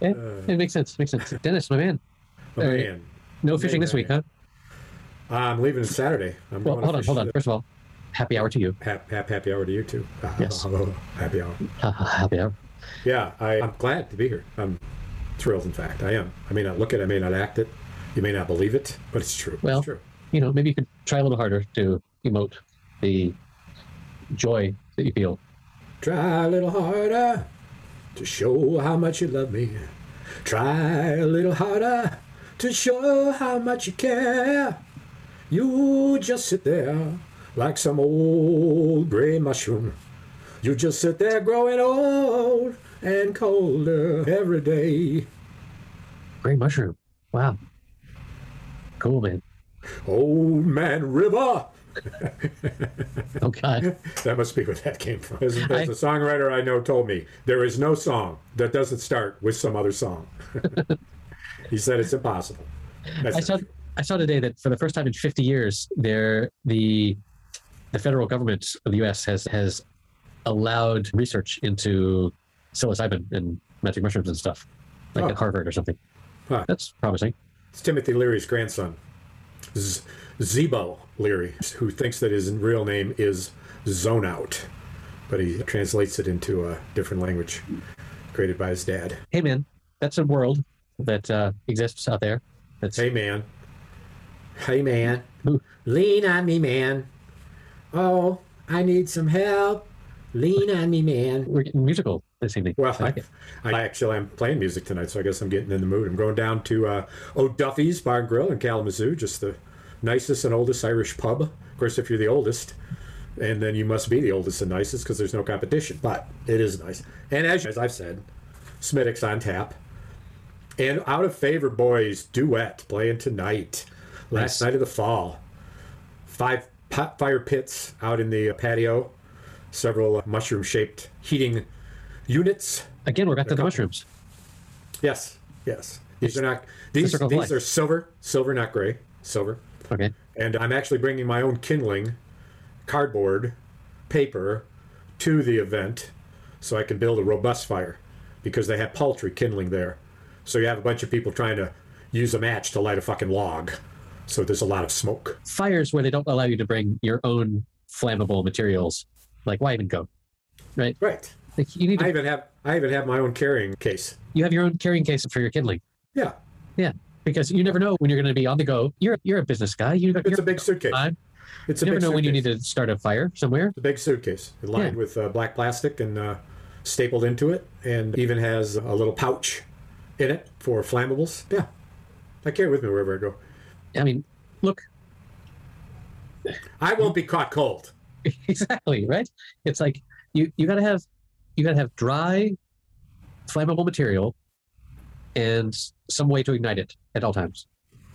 Yeah, Uh, it makes sense. Makes sense. Dennis, my man. My All right. man. No fishing this man. week, huh? I'm leaving Saturday. I'm Well, going hold to on, fish hold on. The First of all, happy hour to you. hap, hap, happy hour to you too. Oh, Yes. happy hour. happy hour. Yeah, I, I'm glad to be here. I'm thrilled. In fact, I am. I may not look it. I may not act it. You may not believe it, but it's true. Well, it's true. You know, maybe you could try a little harder to emote the joy that you feel. Try a little harder to show how much you love me. Try a little harder to show how much you care. You just sit there like some old gray mushroom. You just sit there growing old and colder every day. Great mushroom. Wow. Cool, man. Old Man River. Oh, God. That must be where that came from. As, as I- a songwriter I know told me, there is no song that doesn't start with some other song. he said it's impossible. That's I saw not true. I saw today that for the first time in 50 years, there the the federal government of the U.S. has has allowed research into psilocybin and magic mushrooms and stuff, like Oh. at Harvard or something. Huh. That's promising. it's Timothy Leary's grandson, Z- Zebo Leary, who thinks that his real name is Zone Out, but he translates it into a different language created by his dad. Hey, man, that's a world that uh, exists out there. That's Hey, man. Hey, man. Ooh. Lean on me, man. Oh, I need some help. Lean on me, man. we're getting musical this evening. Well, I, Okay. I actually am playing music tonight, so I guess I'm getting in the mood. I'm going down to uh, O'Duffy's Bar and Grill in Kalamazoo, just the nicest and oldest Irish pub. Of course, if you're the oldest, and then you must be the oldest and nicest because there's no competition. But it is nice. And as, as I've said, Smittix on tap. And Out of Favor Boys duet playing tonight, last Nice. night of the fall. Five pot fire pits out in the uh, patio, several mushroom shaped heating units. Again, we're back to the mushrooms. Yes, yes. These are not these. circle of These life. are silver, silver, not gray, silver. Okay. And I'm actually bringing my own kindling, cardboard, paper, to the event, so I can build a robust fire, because they have paltry kindling there. So you have a bunch of people trying to use a match to light a fucking log. So there's a lot of smoke. Fires where they don't allow you to bring your own flammable materials. Like, why even go? Right? Right. Like, you need to, I even have I even have my own carrying case. you have your own carrying case for your kindling. Yeah, because you never know when you're going to be on the go. You're you're a business guy. You it's a big suitcase. time. It's a You never big know when you suitcase. need to start a fire somewhere. It's a big suitcase lined Yeah. with uh, black plastic and uh, stapled into it, and even has a little pouch in it for flammables. Yeah, I carry it with me wherever I go. I mean, look I won't be caught cold. exactly right. It's like you you got to have you got to have dry, flammable material, and some way to ignite it at all times.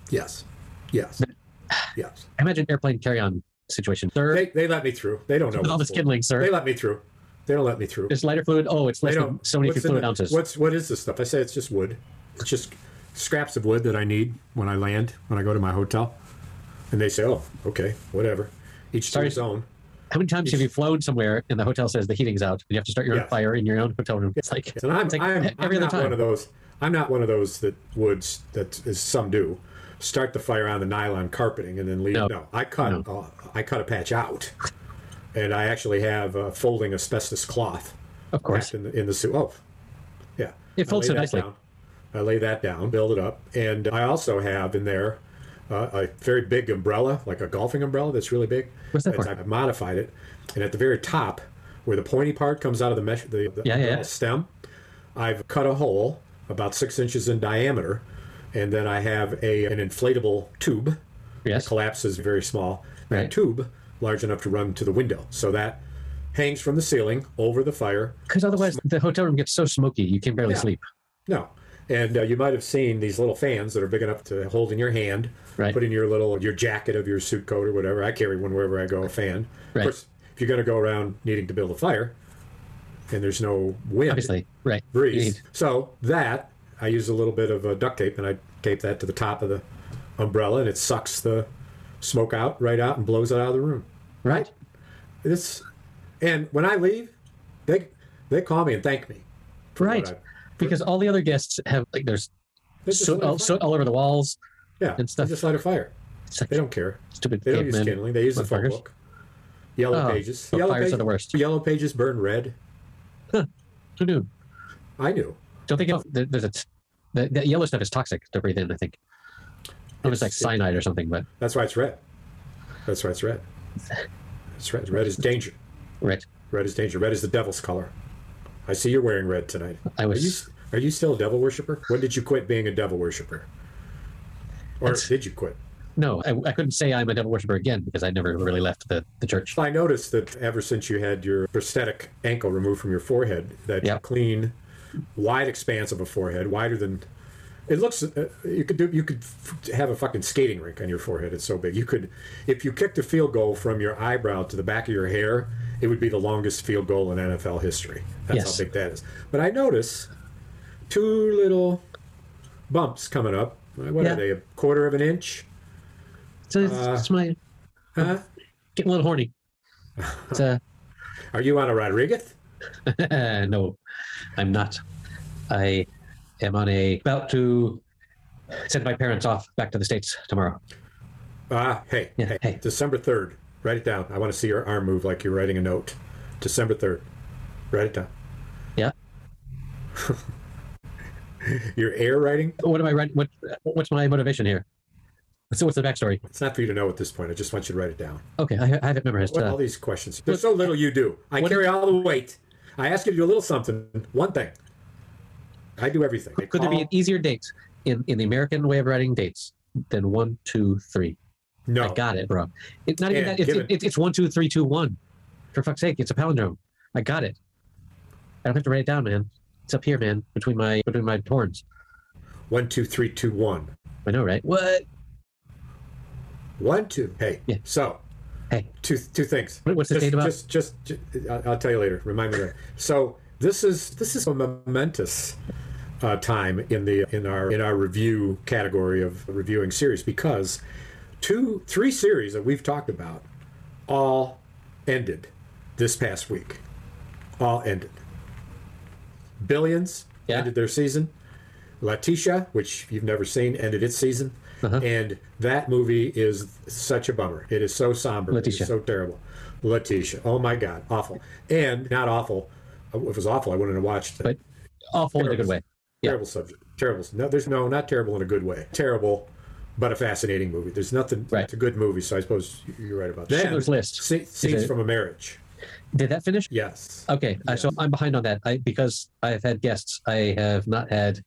Yes, yes, yes. I imagine airplane carry on situation. Sir, They, they let me through. They don't know. with all what's this kindling, sir. They let me through. They don't let me through. This lighter fluid. Oh, it's less They than don't- so many what's in fluid the- ounces. What's what is this stuff? I say it's just wood. It's just scraps of wood that I need when I land when I go to my hotel, and they say, "Oh, okay, whatever." Each to Sorry. his own. How many times have you flown somewhere and the hotel says the heating's out and you have to start your own Yeah. fire in your own hotel room? It's like, And I'm, it's like e-, I'm, I'm every other not time. one of those. I'm not one of those that would s- that is some do start the fire on the nylon carpeting and then leave. No. No, I cut uh, I cut a patch out, and I actually have uh, folding asbestos cloth of course. wrapped in the in the suit. Oh, yeah, It I folds lay so that nicely. down. I lay that down, build it up, and I also have in there uh, a very big umbrella, like a golfing umbrella that's really big. What's that It's- for? I've modified it, and at the very top, where the pointy part comes out of the mesh, the, Yeah, the yeah, umbrella yeah. stem, I've cut a hole about six inches in diameter, and then I have a an inflatable tube Yes. collapse is very small. That Right. tube large enough to run to the window, so that hangs from the ceiling over the fire Because otherwise, the hotel room gets so smoky, you can barely Yeah. sleep. No. And uh, you might have seen these little fans that are big enough to hold in your hand, Right. put in your little your jacket of your suit coat or whatever. I carry one wherever I go, a fan. Right. Of course, if you're going to go around needing to build a fire and there's no wind, Obviously, right? breeze. Indeed. So that I use a little bit of uh, duct tape and I tape that to the top of the umbrella and it sucks the smoke out right out and blows it out of the room. Right? This and when I leave, they they call me and thank me. Right. But because all the other guests have like there's They just soot light a all, fire. soot oh, all over the walls. yeah, and stuff. They just light a fire. It's like They don't care. stupid They don't use caveman kindling. They use the phone motherfuckers. book. Yellow Oh, pages. but Yellow fires are pages the worst. Yellow pages burn red. Who knew? I knew. Don't think there- there's a t- that, that yellow stuff is toxic to breathe in. I think it was It's- like cyanide or something, but That's why it's red. That's why it's red. It's red. Red is danger. right. Red is danger. Red is the devil's color. I see you're wearing red tonight. I Are you, was are you still a devil worshiper? When did you quit being a devil worshiper? Or That's- did you quit? no, I, I couldn't say I'm a devil worshiper again because I never really left the, the church. I noticed that ever since you had your prosthetic ankle removed from your forehead, that Yep. clean, wide expanse of a forehead, wider than it looks. Uh, you could do. You could f- have a fucking skating rink on your forehead. It's so big. You could, if you kicked a field goal from your eyebrow to the back of your hair, it would be the longest field goal in NFL history. That's Yes. how big that is. But I notice two little bumps coming up. What Yeah. are they? A quarter of an inch? So it's, Uh. it's my Uh, Huh? getting a little horny. It's uh, Are you on a Rodriguez? no, I'm not. I am on a about to send my parents off back to the states tomorrow. Ah, hey, Yeah, hey, hey. December 3rd. Write it down. I want to see your arm move like you're writing a note. December 3rd. Write it down. Yeah. Your air writing? What am I writing? What what's my motivation here? So what's the backstory? It's not for you to know at this point. I just want you to write it down. Okay, I, I have it memorized. What Uh, all these questions? There's so little you do. I carry all the weight. I ask you to do a little something, one thing. I do everything. They could there be call- an easier date in, in the American way of writing dates than one, two, three? No. I got it, bro. It's not even Yeah, that. It's, give it, it's one, two, three, two, one. For fuck's sake, it's a palindrome. I got it. I don't have to write it down, man. It's up here, man, between my between my horns. One, two, three, two, one. I know, right? What? One, two. Hey. Yeah. So, Hey. two two things. What- what's the just, date about? Just, just, ju- I'll I'll tell you later. Remind me later. So this is this is a momentous uh, time in the in our in our review category of reviewing series because two three series that we've talked about all ended this past week. All ended. Billions Yeah. ended their season. Letitia, which you've never seen, ended its season. Uh-huh. And that movie is such a bummer. It is so somber. It Letitia. is so terrible. Letitia. Oh my God. Awful. And not awful. If it was awful, I wouldn't have watched it. But awful in a good way. yeah. terrible subject. Terrible. No, there's no, not terrible in a good way. Terrible, but a fascinating movie. There's nothing. Right. It's a good movie, so I suppose you're right about that. Schindler's List. Sce- Is Scenes it- from a marriage. Did that finish? Yes. Okay, uh, so I'm behind on that. I because I've had guests. I have not had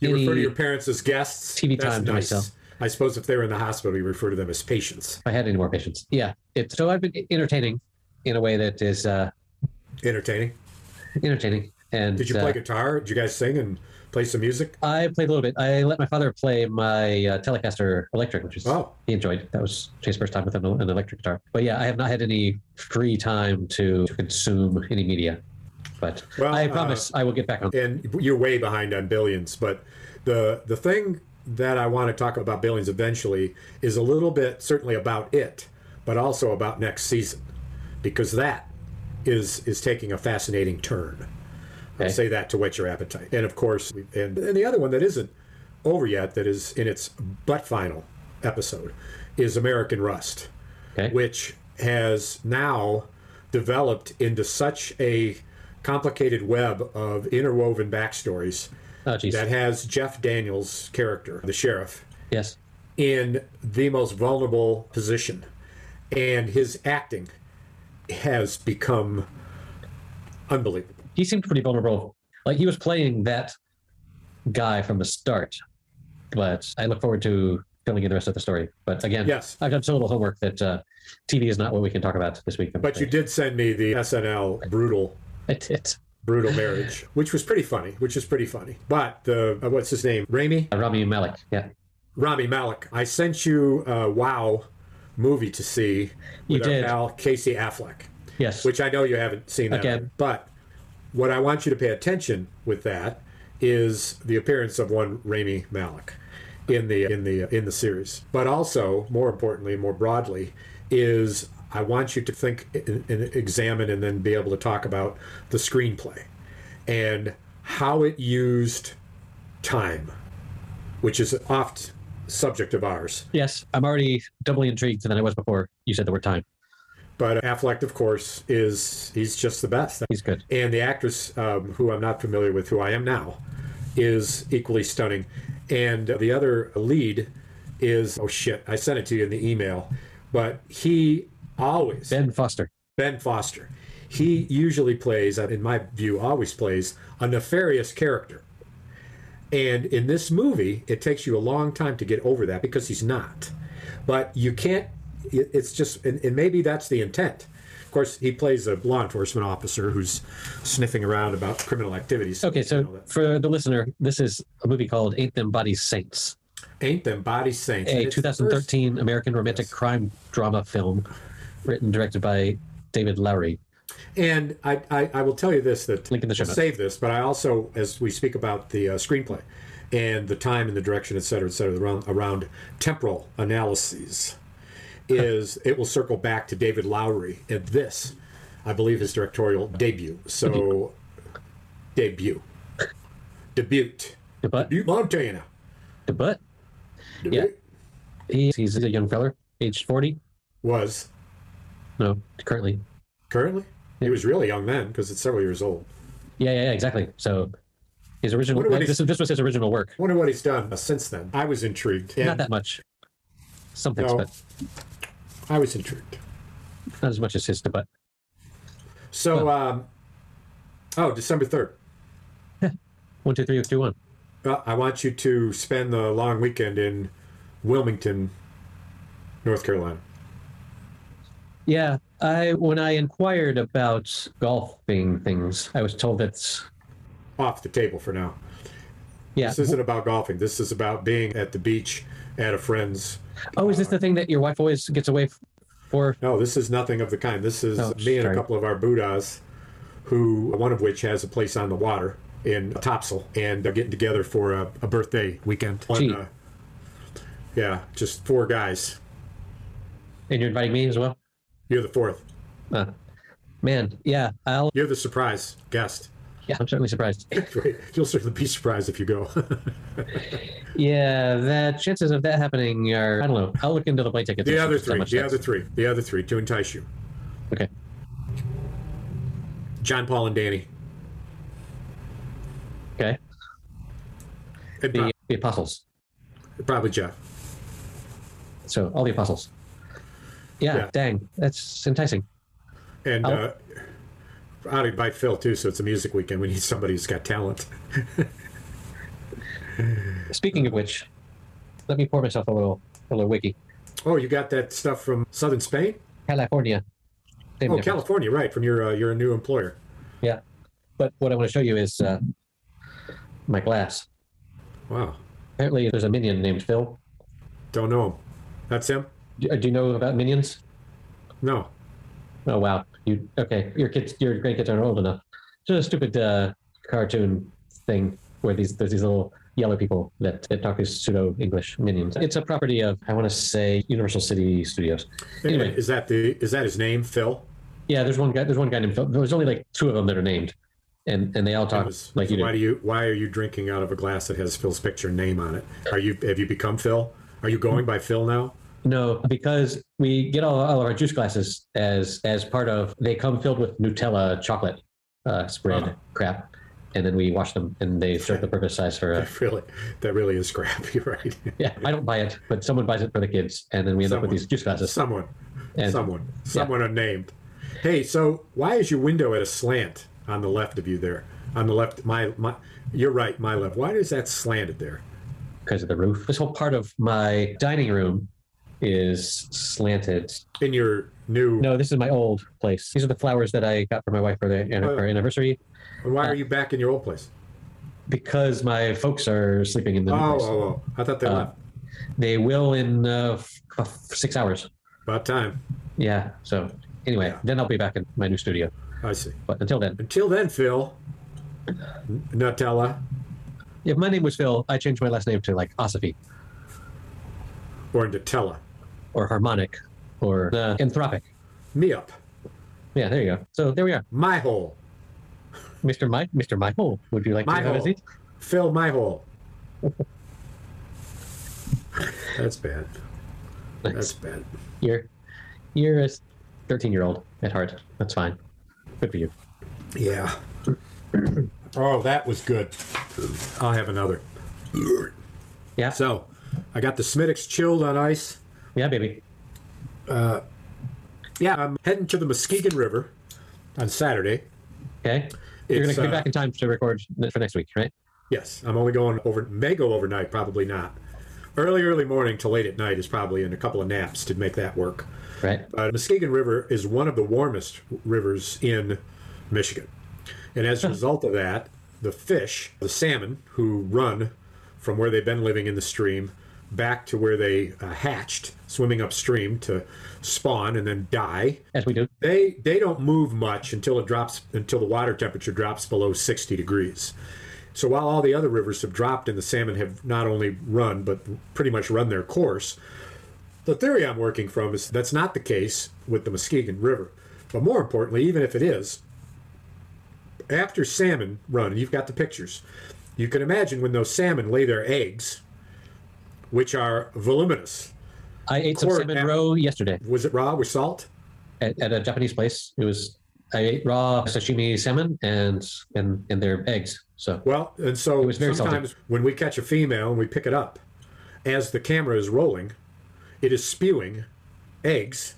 You any. refer to your parents as guests. TV time to myself. I suppose if they were in the hospital, you refer to them as patients. I had any more patients. Yeah. It, so I've been e-, entertaining in a way that is uh, Entertaining. entertaining. And Did you uh, play guitar? Did you guys sing and play some music? I played a little bit. I let my father play my uh, Telecaster electric, which is Oh, he enjoyed. That was his first time with an, an electric guitar. But yeah, I have not had any free time to, to consume any media. But Well, I uh, promise I will get back on. and you're way behind on billions. But the the thing that I want to talk about billions eventually is a little bit certainly about it, but also about next season, because that is is taking a fascinating turn. Okay. I'll say that to whet your appetite. And of course, we- and, and the other one that isn't over yet, that is in its butt final episode, is American Rust. Okay. which has now developed into such a complicated web of interwoven backstories Oh, jeez. that has Jeff Daniels' character, the sheriff, Yes. in the most vulnerable position. And his acting has become unbelievable. He seemed pretty vulnerable. Like he was playing that guy from the start. But I look forward to filling in the rest of the story. But again, Yes. I've done so little homework that uh, TV is not what we can talk about this week. I'm But you afraid. did send me the SNL brutal I did. brutal marriage, which was pretty funny, which is pretty funny. But the uh, what's his name? Raimi? Uh, Rami Malik. Yeah. Rami Malik, I sent you a Wow movie to see You with did. our pal Casey Affleck, Yes. which I know you haven't seen that. Okay. one. But what I want you to pay attention with that is the appearance of one Rami Malik in the in the in the series. But also, more importantly, more broadly, is I want you to think and, and examine and then be able to talk about the screenplay and how it used time, which is an oft subject of ours. Yes, I'm already doubly intrigued than I was before you said the word time. But Affleck, of course, is he's just the best. He's good. And the actress, um, who I'm not familiar with, who I am now, is equally stunning. And the other lead is oh shit, I sent it to you in the email, but he always Ben Foster. Ben Foster. He usually plays, in my view, always plays a nefarious character. And in this movie, it takes you a long time to get over that because he's not. But you can't, it- it's just, and, and maybe that's the intent. Of course, he plays a law enforcement officer who's sniffing around about criminal activities. Okay, and so all that. for the listener, this is a movie called Ain't Them Body Saints, Ain't Them Body Saints. a And it's the first- 2013 American romantic Yes. crime drama film written and directed by David Lowry. And I, I, I will tell you this that Link in the show I'll notes. save this, but I also, as we speak about the uh, screenplay and the time and the direction, et cetera, et cetera, around, around temporal analyses, is it will circle back to David Lowry and this, I believe, his directorial debut. So, debut. Debut. The butt, Debut Montana. the butt. Debut He, he's a young feller, aged 40. Was No, currently. currently. He was really young then because it's several years old. Yeah, yeah, yeah, exactly. So his original. Wonder what This, this was his original work. Wonder what he's done uh, since then. I was intrigued. Not And that much. Some things, No. but I was intrigued. not as much as his debut. So, um, oh, December 3rd. One, two, three, two, one. Well, Uh, I want you to spend the long weekend in Wilmington, North Carolina. Yeah, I when I inquired about golfing things, I was told that's Off the table for now. Uh, yeah. This isn't about golfing. This is about being at the beach at a friend's. Oh, is this the thing that your wife always gets away f- for? No, this is nothing of the kind. This is Oh, me and a sorry. couple of our Buddhas, who one of which has a place on the water in Topsail, and they're getting together for a, a birthday weekend. Gee. uh, yeah, just four guys. And you're inviting me as well? You're the fourth. Uh, man, yeah, I'll You're the surprise guest. yeah, I'm certainly surprised. Great. You'll certainly be surprised if you go. Yeah, the chances of that happening are I don't know. I'll look into the plane tickets. the and see other just how three, much the that's- other three, the other three to entice you. Okay. John Paul and Danny. Okay. And The the apostles. prob- probably Jeff. So all the apostles. Yeah, Yeah. dang. That's enticing. And I'll- uh, I ought to invite Phil too, so it's a music weekend. We need somebody who's got talent. Speaking of which, let me pour myself a little a little wiki. Oh, you got that stuff from Southern Spain? California. Same Oh, difference. California, right? From your uh, your new employer. Yeah. But what I want to show you is uh, my glass. Wow, Apparently, there's a minion named Phil. don't know him. That's him? Do, uh, do you know about minions? No. Oh wow! You okay? Your kids, your grandkids aren't old enough. It's just a stupid uh, cartoon thing where these there's these little yellow people that, that talk these pseudo English minions. It's a property of I want to say Universal City Studios. Anyway. Is that the is that his name, Phil? Yeah, there's one guy. There's one guy named Phil. There's only like two of them that are named, and and they all talk Was- like you why do. do you why are you drinking out of a glass that has Phil's picture and name on it? Are you have you become Phil? Are you going by Phil now? No, because we get all, all of our juice glasses as as part of. They come filled with Nutella chocolate uh, spread Oh. crap, and then we wash them, and they serve the perfect size for. A, That really, that really is crap. You're right. yeah, I don't buy it, but someone buys it for the kids, and then we end up Someone. with these juice glasses. Someone, And someone, someone unnamed. Hey, so why is your window at a slant on the left of you there? On the left, my my. You're right, my left. Why is that slanted there? because of the roof, this whole part of my dining room is slanted. In your new. No, this is my old place. These are the flowers that I got for my wife for the Oh. our anniversary. Why are you back in your old place? because my folks are sleeping in the Oh, new place. oh, oh. I thought they Uh, left. They will in uh, f- f- six hours. About time. Yeah. So anyway, Yeah. then I'll be back in my new studio. I see. But until then, Until then, Phil. N- Nutella if my name was Phil, I changed my last name to like Osophy or Nutella. or Harmonic or uh, Anthropic. Me up. Yeah, there you go. So there we are. My hole. Mr. Mike, Mr. Michael, would you like to have a Michael. seat? Fill my hole. That's bad. Thanks. That's bad. You're, you're a 13 year old at heart. That's fine. Good for you. Yeah. Oh, that was good. I'll have another. Yeah. So, I got the Smittix chilled on ice. yeah, baby. Yeah, I'm heading to the Muskegon River on Saturday. Okay. You're going It's, to be uh, back in time to record n- for next week, right? Yes, I'm only going over. May go overnight, probably not. Early, early morning to late at night is probably in a couple of naps to make that work. Right. Uh, Muskegon River is one of the warmest rivers in Michigan. And as a result of that, the fish, the salmon, who run from where they've been living in the stream back to where they uh, hatched, swimming upstream to spawn and then die, As we do. they they don't move much until it drops until the water temperature drops below 60 degrees so while all the other rivers have dropped and the salmon have not only run but pretty much run their course the theory i'm working from is that's not the case with the muskegon river but more importantly even if it is after salmon run and you've got the pictures you can imagine when those salmon lay their eggs which are voluminous I ate some Court salmon app- roe yesterday was it raw with salt at, at a Japanese place. It was I ate raw sashimi salmon and and and their eggs. So Well, and so was very sometimes when we catch a female and we pick it up, as the camera is rolling, it is spewing eggs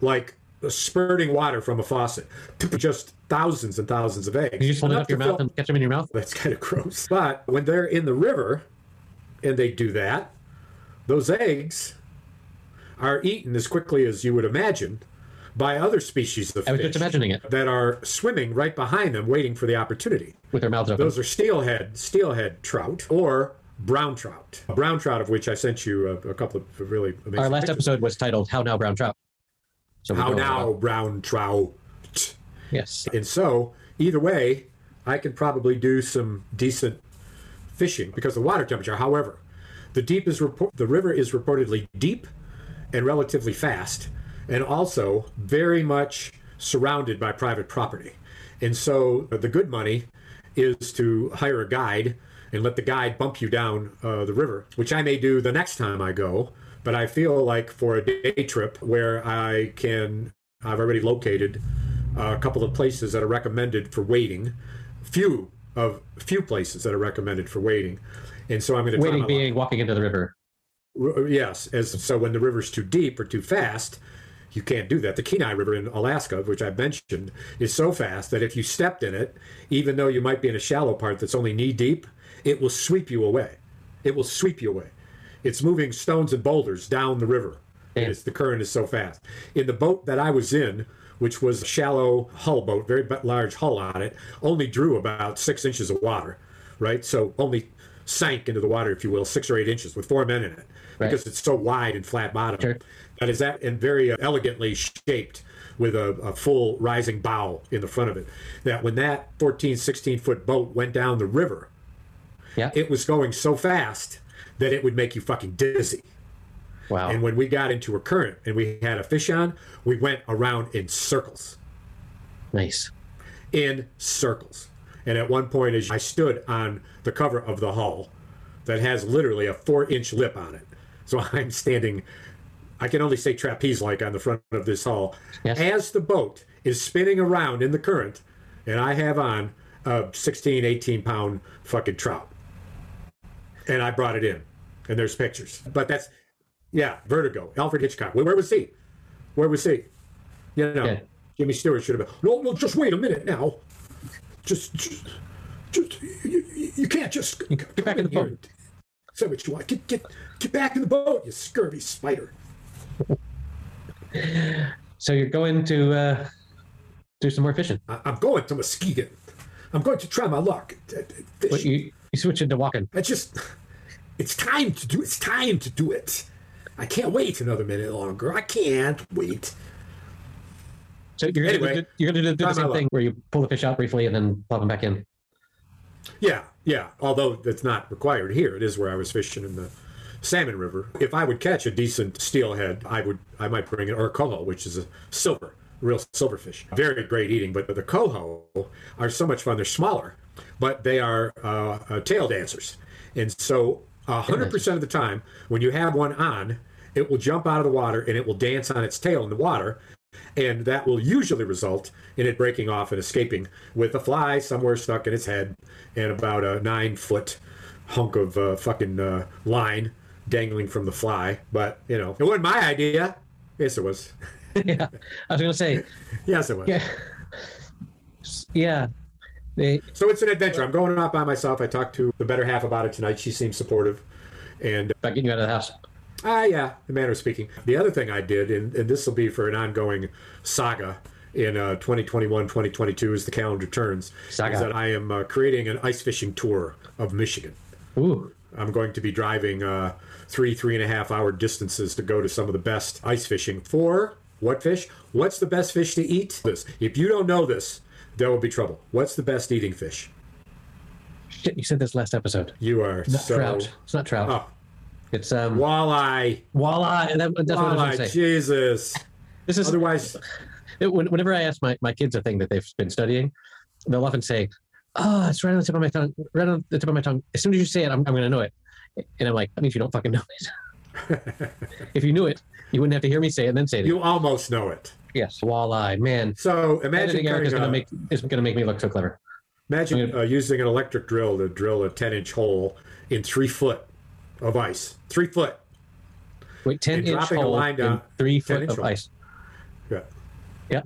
like spurting water from a faucet. Just thousands and thousands of eggs. you just hold it Enough up your to mouth fill- and catch them in your mouth. that's kind of gross. But when they're in the river and they do that, those eggs are eaten as quickly as you would imagine by other species of I was fish just imagining it that are swimming right behind them waiting for the opportunity. with their mouths open. Those are steelhead, steelhead trout, or brown trout. Brown trout, of which I sent you a, a couple of really amazing. Our last pictures. episode was titled "How Now Brown Trout." So we How go over now, that. brown trout? Yes, And so, either way, I can probably do some decent fishing because of the water temperature. However, the deep is repor- the river is reportedly deep and relatively fast, and also very much surrounded by private property. And so, uh, the good money is to hire a guide and let the guide bump you down uh, the river, which I may do the next time I go. But I feel like for a day trip where I can, I've already located a couple of places that are recommended for waiting. Few of few places that are recommended for waiting, and so I'm going to try waiting my being walking into the river. R- Yes, as so when the river's too deep or too fast, you can't do that. The Kenai River in Alaska, which I mentioned, is so fast that if you stepped in it, even though you might be in a shallow part that's only knee deep, it will sweep you away. It will sweep you away. It's moving stones and boulders down the river. Damn. It's, the current is so fast. In the boat that I was in, which was a shallow hull boat, very bu- large hull on it, only drew about six inches of water, right? So only sank into the water, if you will, six or eight inches with four men in it, Right. because it's so wide and flat bottom. Sure. That is that, and very uh, elegantly shaped with a, a full rising bow in the front of it. That when that 14, 16 foot boat went down the river, Yeah. it was going so fast that it would make you fucking dizzy. wow. And when we got into a current and we had a fish on, we went around in circles, nice. in circles. And at one point, as I stood on the cover of the hull that has literally a four inch lip on it. So I'm standing, I can only say trapeze like on the front of this hull. Yes. As the boat is spinning around in the current, and I have on a 16, 18 pound fucking trout. And I brought it in, and there's pictures. But that's, yeah, Vertigo, Alfred Hitchcock. Where, where was he? Where was he? You know, Yeah. Jimmy Stewart should have been. No, no, just wait a minute now. Just, just, just you, you, you can't just get back in the boat. Say what you want. Get, get, get back in the boat, you scurvy spider. So you're going to uh, do some more fishing. I, I'm going to Muskegon. I'm going to try my luck. at- at fish. But you you switch into walking. I just, it's time to do. It's time to do it. I can't wait another minute longer. I can't wait. So you're gonna Anyway, do, you're gonna do, do try the my same luck. thing where you pull the fish out briefly and then plop them back in. Yeah, yeah. Although that's not required here. It is where I was fishing in the Salmon River. If I would catch a decent steelhead, I would I might bring it or a coho, which is a silver, real silverfish. Very great eating, but the coho are so much fun. They're smaller, but they are uh, uh, tail dancers. And so, 100% of the time, when you have one on, it will jump out of the water and it will dance on its tail in the water. And that will usually result in it breaking off and escaping with a fly somewhere stuck in its head and about a nine foot hunk of uh, fucking uh, line dangling from the fly. But, you know, it wasn't my idea. Yes, it was. yeah, I was gonna say, yes, it was. yeah, yeah. They, So it's an adventure. I'm going out by myself. I talked to the better half about it tonight. She seems supportive. And about getting you out of the house. Ah, yeah, in manner of speaking. The other thing I did, and, and this will be for an ongoing saga in uh, 2021, 2022 as the calendar turns, Saga. is that I am uh, creating an ice fishing tour of Michigan. Ooh, I'm going to be driving uh, three, three and a half hour distances to go to some of the best ice fishing for what fish? What's the best fish to eat? This. If you don't know this, there will be trouble. What's the best eating fish? shit! You said this last episode. You are Not so. trout. It's not trout. Oh, It's um walleye. walleye. That, that's what I was gonna Walleye, say. Jesus. This is Otherwise, it, when- whenever I ask my, my kids a thing that they've been studying, they'll often say, "Oh, it's right on the tip of my tongue. Right on the tip of my tongue. As soon as you say it, I'm, I'm going to know it." And I'm like, "That means you don't fucking know it. if you knew it, you wouldn't have to hear me say it and then say it." you almost know it. yes, walleye, man. So imagine, Editing Eric is cutting going to a- make is going to make me look so clever. imagine uh, using an electric drill to drill a 10 inch hole in three foot of ice. Three foot. Wait, ten And inch dropping a hole line in down- three 10 foot inch of hole. ice. Yeah. Yeah,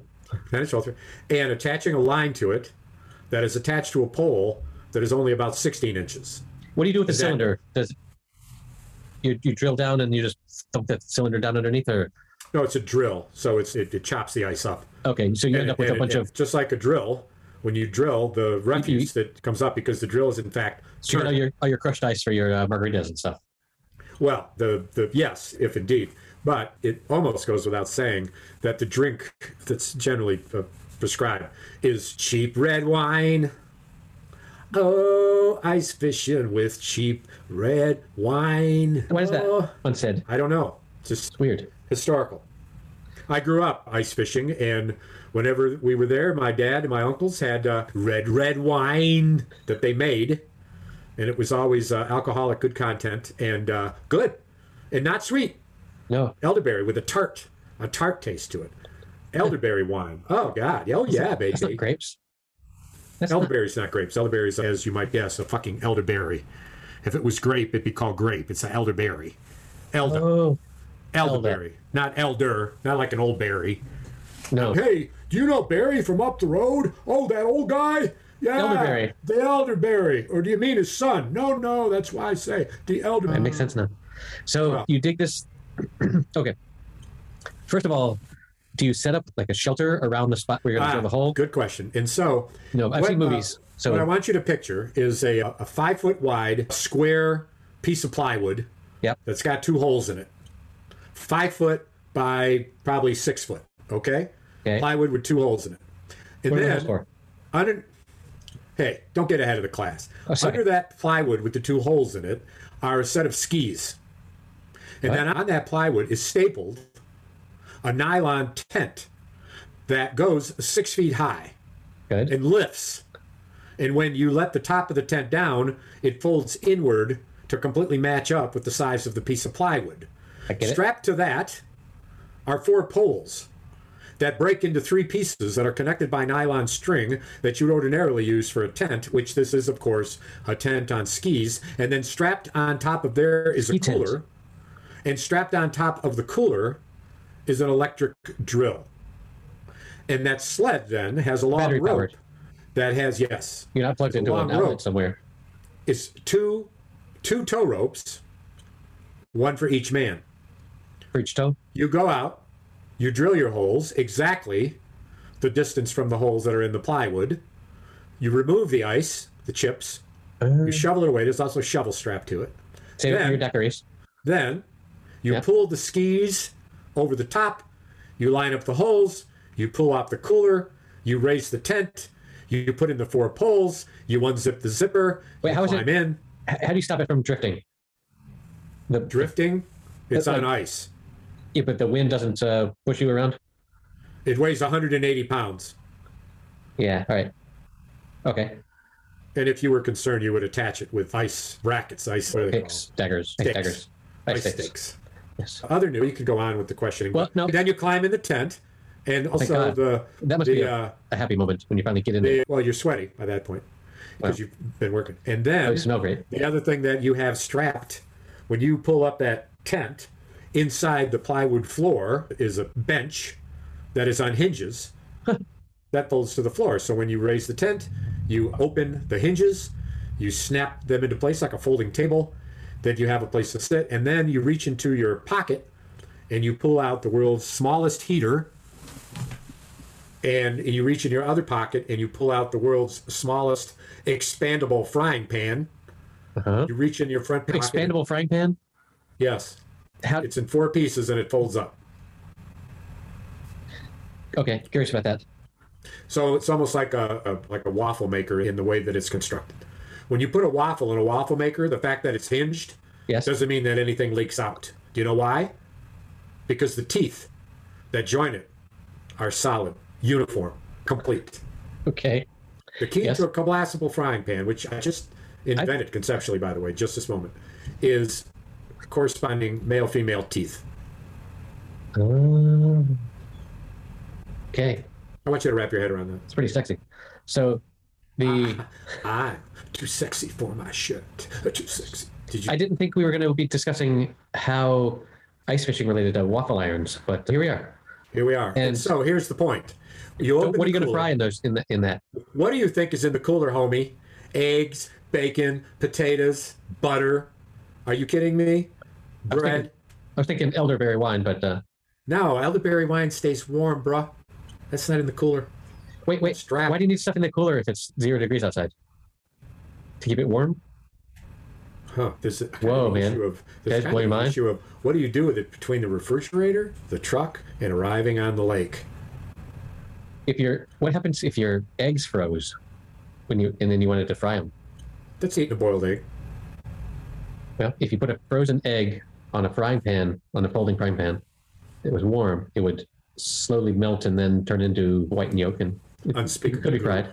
10 inch hole. Three, and attaching a line to it that is attached to a pole that is only about 16 inches. What do you do with the Is that- cylinder? Does you you drill down and you just thump that cylinder down underneath, or No, it's a drill. So it's, it, it chops the ice up. okay, so you end up with a And- bunch and of just like a drill, when you drill, the refuse that comes up because the drill is in fact So you got all turning. your all your crushed ice for your uh, margaritas and stuff. Well, the, the yes, if indeed, but it almost goes without saying that the drink that's generally uh, prescribed is cheap red wine. Oh, ice fishing with cheap red wine. Why is that? Oh, Unsaid. I don't know. It's just It's weird. historical. I grew up ice fishing, and whenever we were there, my dad and my uncles had uh, red, red wine that they made, and it was always uh, alcoholic, good content, and uh, good, and not sweet. No. Elderberry with a tart, a tart taste to it. Elderberry wine. Oh God, oh yeah, That's not baby. grapes. That's not, Elderberry's not grapes. Elderberry's, uh, as you might guess, a fucking elderberry. If it was grape, it'd be called grape. It's an elderberry. Elder, oh elderberry, not elder, not like an old berry. no. Hey, do you know Barry from up the road? Oh, that old guy? Yeah. Elderberry. The elderberry. Or do you mean his son? No, no, that's why I say the elderberry. That makes sense now. So Well. you dig this okay. First of all, do you set up like a shelter around the spot where you're gonna drill the hole? Ah, Good question. And so, No, I've what, seen movies. uh, so what I want you to picture is a, a five foot wide square piece of plywood yep. that's got two holes in it, five foot by probably six foot. Okay. Okay. Plywood with two holes in it. And What are then, the holes for? Under, hey, don't get ahead of the class. sorry. under that plywood with the two holes in it are a set of skis. And then on that plywood is stapled a nylon tent that goes six feet high Good. and lifts. And when you let the top of the tent down, it folds inward to completely match up with the size of the piece of plywood. I get it. Strapped to that are four poles that break into three pieces that are connected by nylon string that you would ordinarily use for a tent, which this is, of course, a tent on skis. And then strapped on top of there is a Ski tent. cooler. And strapped on top of the cooler is an electric drill. And that sled then has a long Battery rope powered. that has, yes, You're not plugged It's a into an long outlet rope. somewhere. it's two two tow ropes, one for each man. For each toe? You go out, you drill your holes exactly the distance from the holes that are in the plywood. You remove the ice, the chips, you Uh. shovel it away. There's also a shovel strapped to it. Save it for Then- your daiquiris. Then you Yep. pull the skis over the top, you line up the holes, you pull out the cooler, you raise the tent, you put in the four poles, you unzip the zipper, Wait, you how is it- climb in, H- How do you stop it from drifting? The drifting. It's That's on ice. yeah, but the wind doesn't uh, push you around. It weighs 180 pounds. Yeah. All right. Okay. And if you were concerned, you would attach it with ice rackets, ice what are they Picks, daggers, ice Sticks. daggers, called? ice Ice sticks. sticks. Yes. Other news. You could go on with the questioning. Well, no. Oh Then you climb in the tent, and also God. the That must the, be a, uh, a happy moment when you finally get in there. the well, you're sweaty by that point because you've been working. And then Oh, You smell great. The other thing that you have strapped when you pull up that tent, inside the plywood floor is a bench that is on hinges that folds to the floor. So when you raise the tent, you open the hinges, you snap them into place like a folding table, then you have a place to sit, and then you reach into your pocket and you pull out the world's smallest heater. And you reach in your other pocket and you pull out the world's smallest expandable frying pan. Uh-huh. You reach in your front pocket. Expandable frying pan. Yes. How? It's in four pieces and it folds up. Okay. Curious about that. So it's almost like a, a like a waffle maker in the way that it's constructed. When you put a waffle in a waffle maker, the fact that it's hinged Yes. doesn't mean that anything leaks out. Do you know why? Because the teeth that join it are solid, uniform, complete. Okay. The key Yes. to a collapsible frying pan, which I just invented conceptually, by the way, just this moment, is corresponding male female teeth. Um, okay. I want you to wrap your head around that. It's pretty sexy. So Ah. the I'm too sexy for my shirt. Too sexy. Did you? I didn't think we were going to be discussing how ice fishing related to waffle irons, but here we are. here we are. And- so here's the point. You So open what are the you going to cooler. fry in those in, the, in that? What do you think is in the cooler, homie? Eggs, bacon, potatoes, butter. Are you kidding me? was Bread. thinking- I was thinking elderberry wine, but uh, No, elderberry wine stays warm, bruh. That's not in the cooler. wait, wait. Strap. Why do you need stuff in the cooler if it's zero degrees outside? To keep it warm? Huh? There's a kind Whoa, of man. issue of Guys there's kind blow of your an mind? issue of what do you do with it between the refrigerator, the truck, and arriving on the lake. If your what happens if your eggs froze when you and then you wanted to fry them? That's eating a boiled egg. Well, if you put a frozen egg on a frying pan, on a folding frying pan, it was warm, it would slowly melt and then turn into white yolk and Uh, it Unspeakable. could be goo. fried.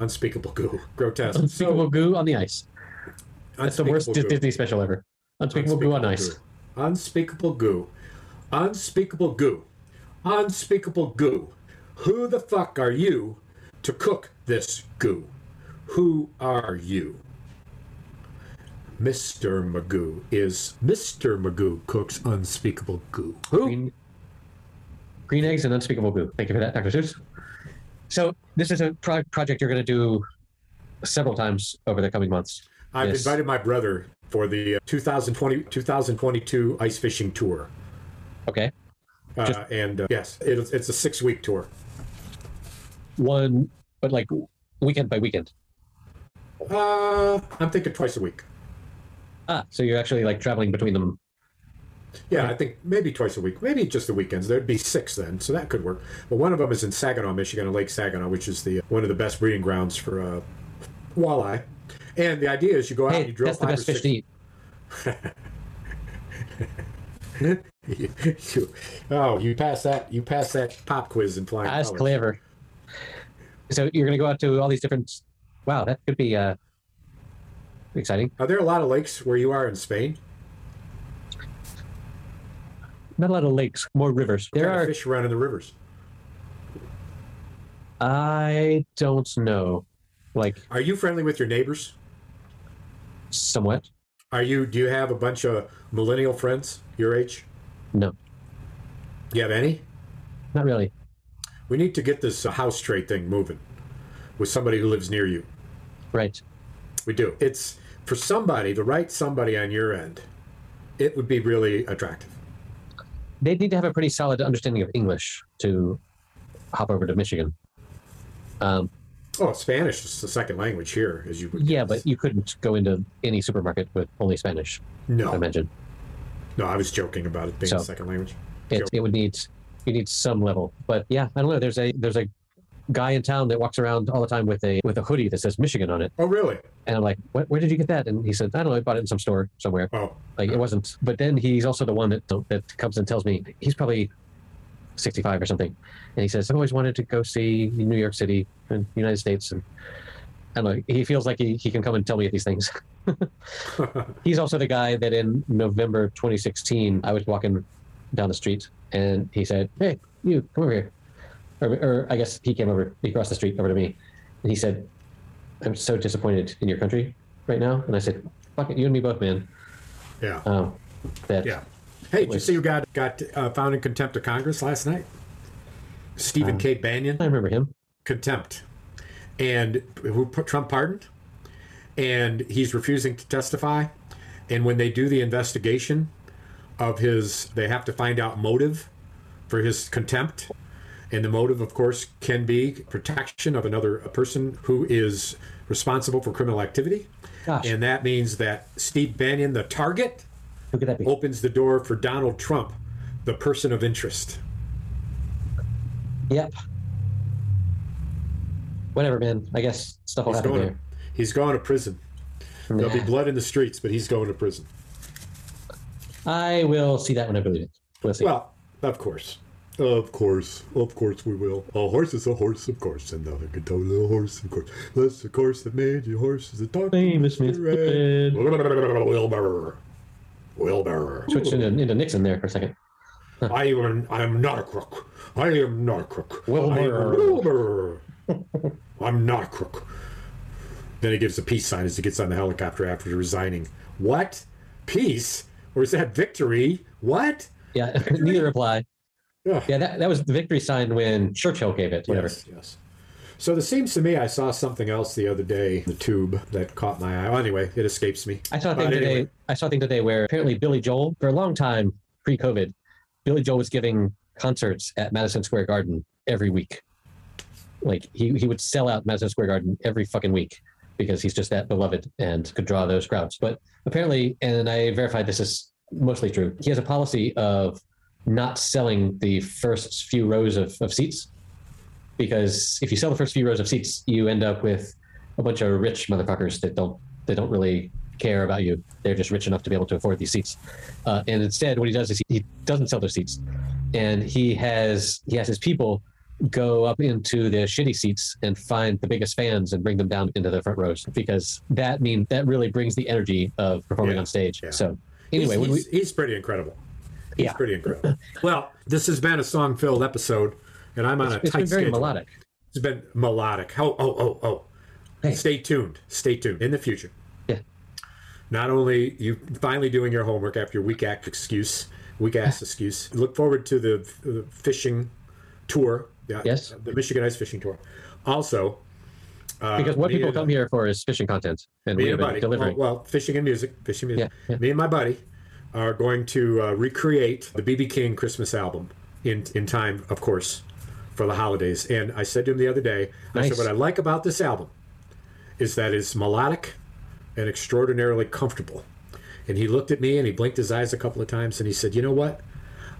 Unspeakable goo. Grotesque. Unspeakable goo on the ice. That's the worst Dis- Unspeakable goo. Disney special ever. Unspeakable, goo on ice. goo. Unspeakable goo. Unspeakable goo. Unspeakable goo. Who the fuck are you to cook this goo? Who are you? Mr. Magoo is Mr. Magoo cooks unspeakable goo. Who? Green, green eggs and unspeakable goo. Thank you for that, Dr. Seuss. So this is a pro- project you're going to do several times over the coming months. I've Yes. invited my brother for the uh, 2020 2022 ice fishing tour. Okay. Uh, Just- and uh, yes, it, it's a six week tour. One, but like weekend by weekend. Uh, I'm thinking twice a week. Ah, so you're actually like traveling between them. Yeah, I think maybe twice a week, maybe just the weekends. There'd be six then, so that could work. But one of them is in Saginaw, Michigan, on Lake Saginaw, which is the uh, one of the best breeding grounds for uh, walleye. And the idea is you go out and Hey, you drill that's the five best or fish six. to eat. You- oh, you pass that you pass that pop quiz in flying Ah, That's colors. clever. So you're going to go out to all these different. Wow, that could be uh, exciting. Are there a lot of lakes where you are in Spain? Not a lot of lakes, more rivers. There Kind of are. fish around in the rivers. I don't know, like Are you friendly with your neighbors? somewhat. Are you? Do you have a bunch of millennial friends your age? No, Do you have any? not really. We need to get this uh, house trade thing moving with somebody who lives near you. Right. We do. It's for somebody, the right somebody on your end, it would be really attractive. They need to have a pretty solid understanding of English to hop over to Michigan. Um, Oh, Spanish is the second language here, as you would yeah, guess. but you couldn't go into any supermarket with only Spanish. I no, imagine no, I was joking about it being So- the second language. it, it would need you need some level. But yeah, I don't know. There's a there's a guy in town that walks around all the time with a with a hoodie that says Michigan on it, Oh, really? and I'm like, what, where did you get that? And he said, I don't know. I bought it in some store somewhere. Oh, Like it wasn't. But then he's also the one that that comes and tells me he's probably 65 or something. And he says, I've always wanted to go see New York City and the United States. And I don't know, he feels like he, he can come and tell me these things. He's also the guy that in November 2016, I was walking down the street and he said, Hey, you, come over here. Or, or I guess he came over, he crossed the street over to me. And he said, I'm so disappointed in your country right now. And I said, Fuck it, you and me both, man. Yeah. Um, that Yeah. Hey, did you see who got got uh, found in contempt of Congress last night? Stephen Um, K. Bannon, I remember him. contempt, and who put- Trump pardoned, and he's refusing to testify. And when they do the investigation of his, they have to find out motive for his contempt, and the motive, of course, can be protection of another person who is responsible for criminal activity, Gosh. and that means that Steve Bannon, the target, Who could that be? opens the door for Donald Trump, the person of interest. Yep. Whatever, man. I guess stuff will He's happen going, there. he's going to prison. There'll be blood in the streets, but he's going to prison. I will see that when I believe it. We'll see. Well, of course. Of course, of course we will. A horse is a horse, of course, and another can tell a horse, of course. That's the course that made you horse is a dog. Famous Miss Pippin. Wilbur. Wilbur. Switch into, into Nixon there for a second. I am, I am not a crook. I am not a crook. Wilbur. I am Wilbur. I'm not a crook. Then he gives a peace sign as he gets on the helicopter after resigning. What? Peace? Or is that victory? What? Yeah, neither reply. Ugh. Yeah, that, that was the victory sign when Churchill gave it. Whatever. Yes, yes. So it seems to me I saw something else the other day, the tube that caught my eye. Well, anyway, it escapes me. I saw a thing But today. anyway, I saw a thing today where apparently Billy Joel, for a long time pre-COVID, Billy Joel was giving concerts at Madison Square Garden every week. Like he, he would sell out Madison Square Garden every fucking week because he's just that beloved and could draw those crowds. But apparently, and I verified this is mostly true, he has a policy of not selling the first few rows of, of seats because if you sell the first few rows of seats, you end up with a bunch of rich motherfuckers that don't they don't really care about you. They're just rich enough to be able to afford these seats. Uh, and instead, what he does is he, he doesn't sell their seats, and he has he has his people go up into the shitty seats and find the biggest fans and bring them down into the front rows because that means that really brings the energy of performing Yeah, on stage. yeah. So he's- anyway, when we he's, he's pretty incredible. He's Yeah. pretty incredible. well, this has been a song filled episode, and I'm on a it's tight been very schedule. melodic. It's been melodic. Oh, oh, oh, oh. Hey. Stay tuned. Stay tuned in the future. Yeah. Not only you finally doing your homework after your weak act excuse, weak ass excuse. Look forward to the the fishing tour. Yeah, Yes. The Michigan ice fishing tour. Also, uh, Because what me people and- come here for is fishing content, and me we and a have buddy. been delivering. Well, well, fishing and music. Fishing and music. Yeah, yeah. Me and my buddy are going to uh, recreate the BB King Christmas album in in time, of course, for the holidays. And I said to him the other day, I Nice. said, what I like about this album is that it's melodic and extraordinarily comfortable. And he looked at me and he blinked his eyes a couple of times and he said, you know what?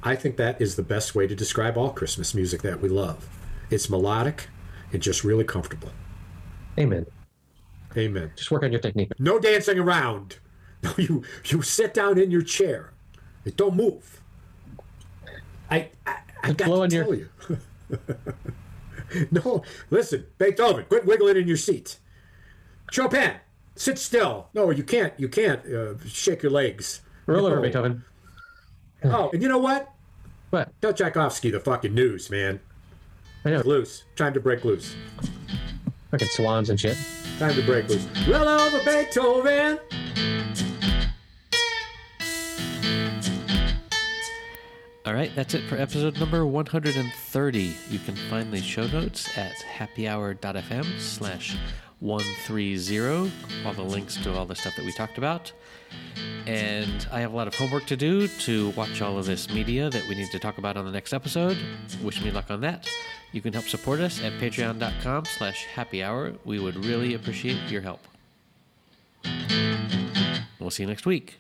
I think that is the best way to describe all Christmas music that we love. It's melodic and just really comfortable. Amen. Amen. Just work on your technique. No dancing around. No, you you sit down in your chair. You don't move. I I, I got blow to on your- tell you. no, listen, Beethoven, quit wiggling in your seat. Chopin, sit still. No, you can't. You can't uh, shake your legs. Roll No. over, Beethoven. Oh, and you know what? What? Tell Tchaikovsky the fucking news, man. I know. Loose. Time to break loose. Fucking swans and shit. Time to break loose. Roll over Beethoven. All right, that's it for episode number 130. You can find the show notes at happyhour.fm slash 130. All the links to all the stuff that we talked about. And I have a lot of homework to do to watch all of this media that we need to talk about on the next episode. Wish me luck on that. You can help support us at patreon.com slash happy hour. We would really appreciate your help. We'll see you next week.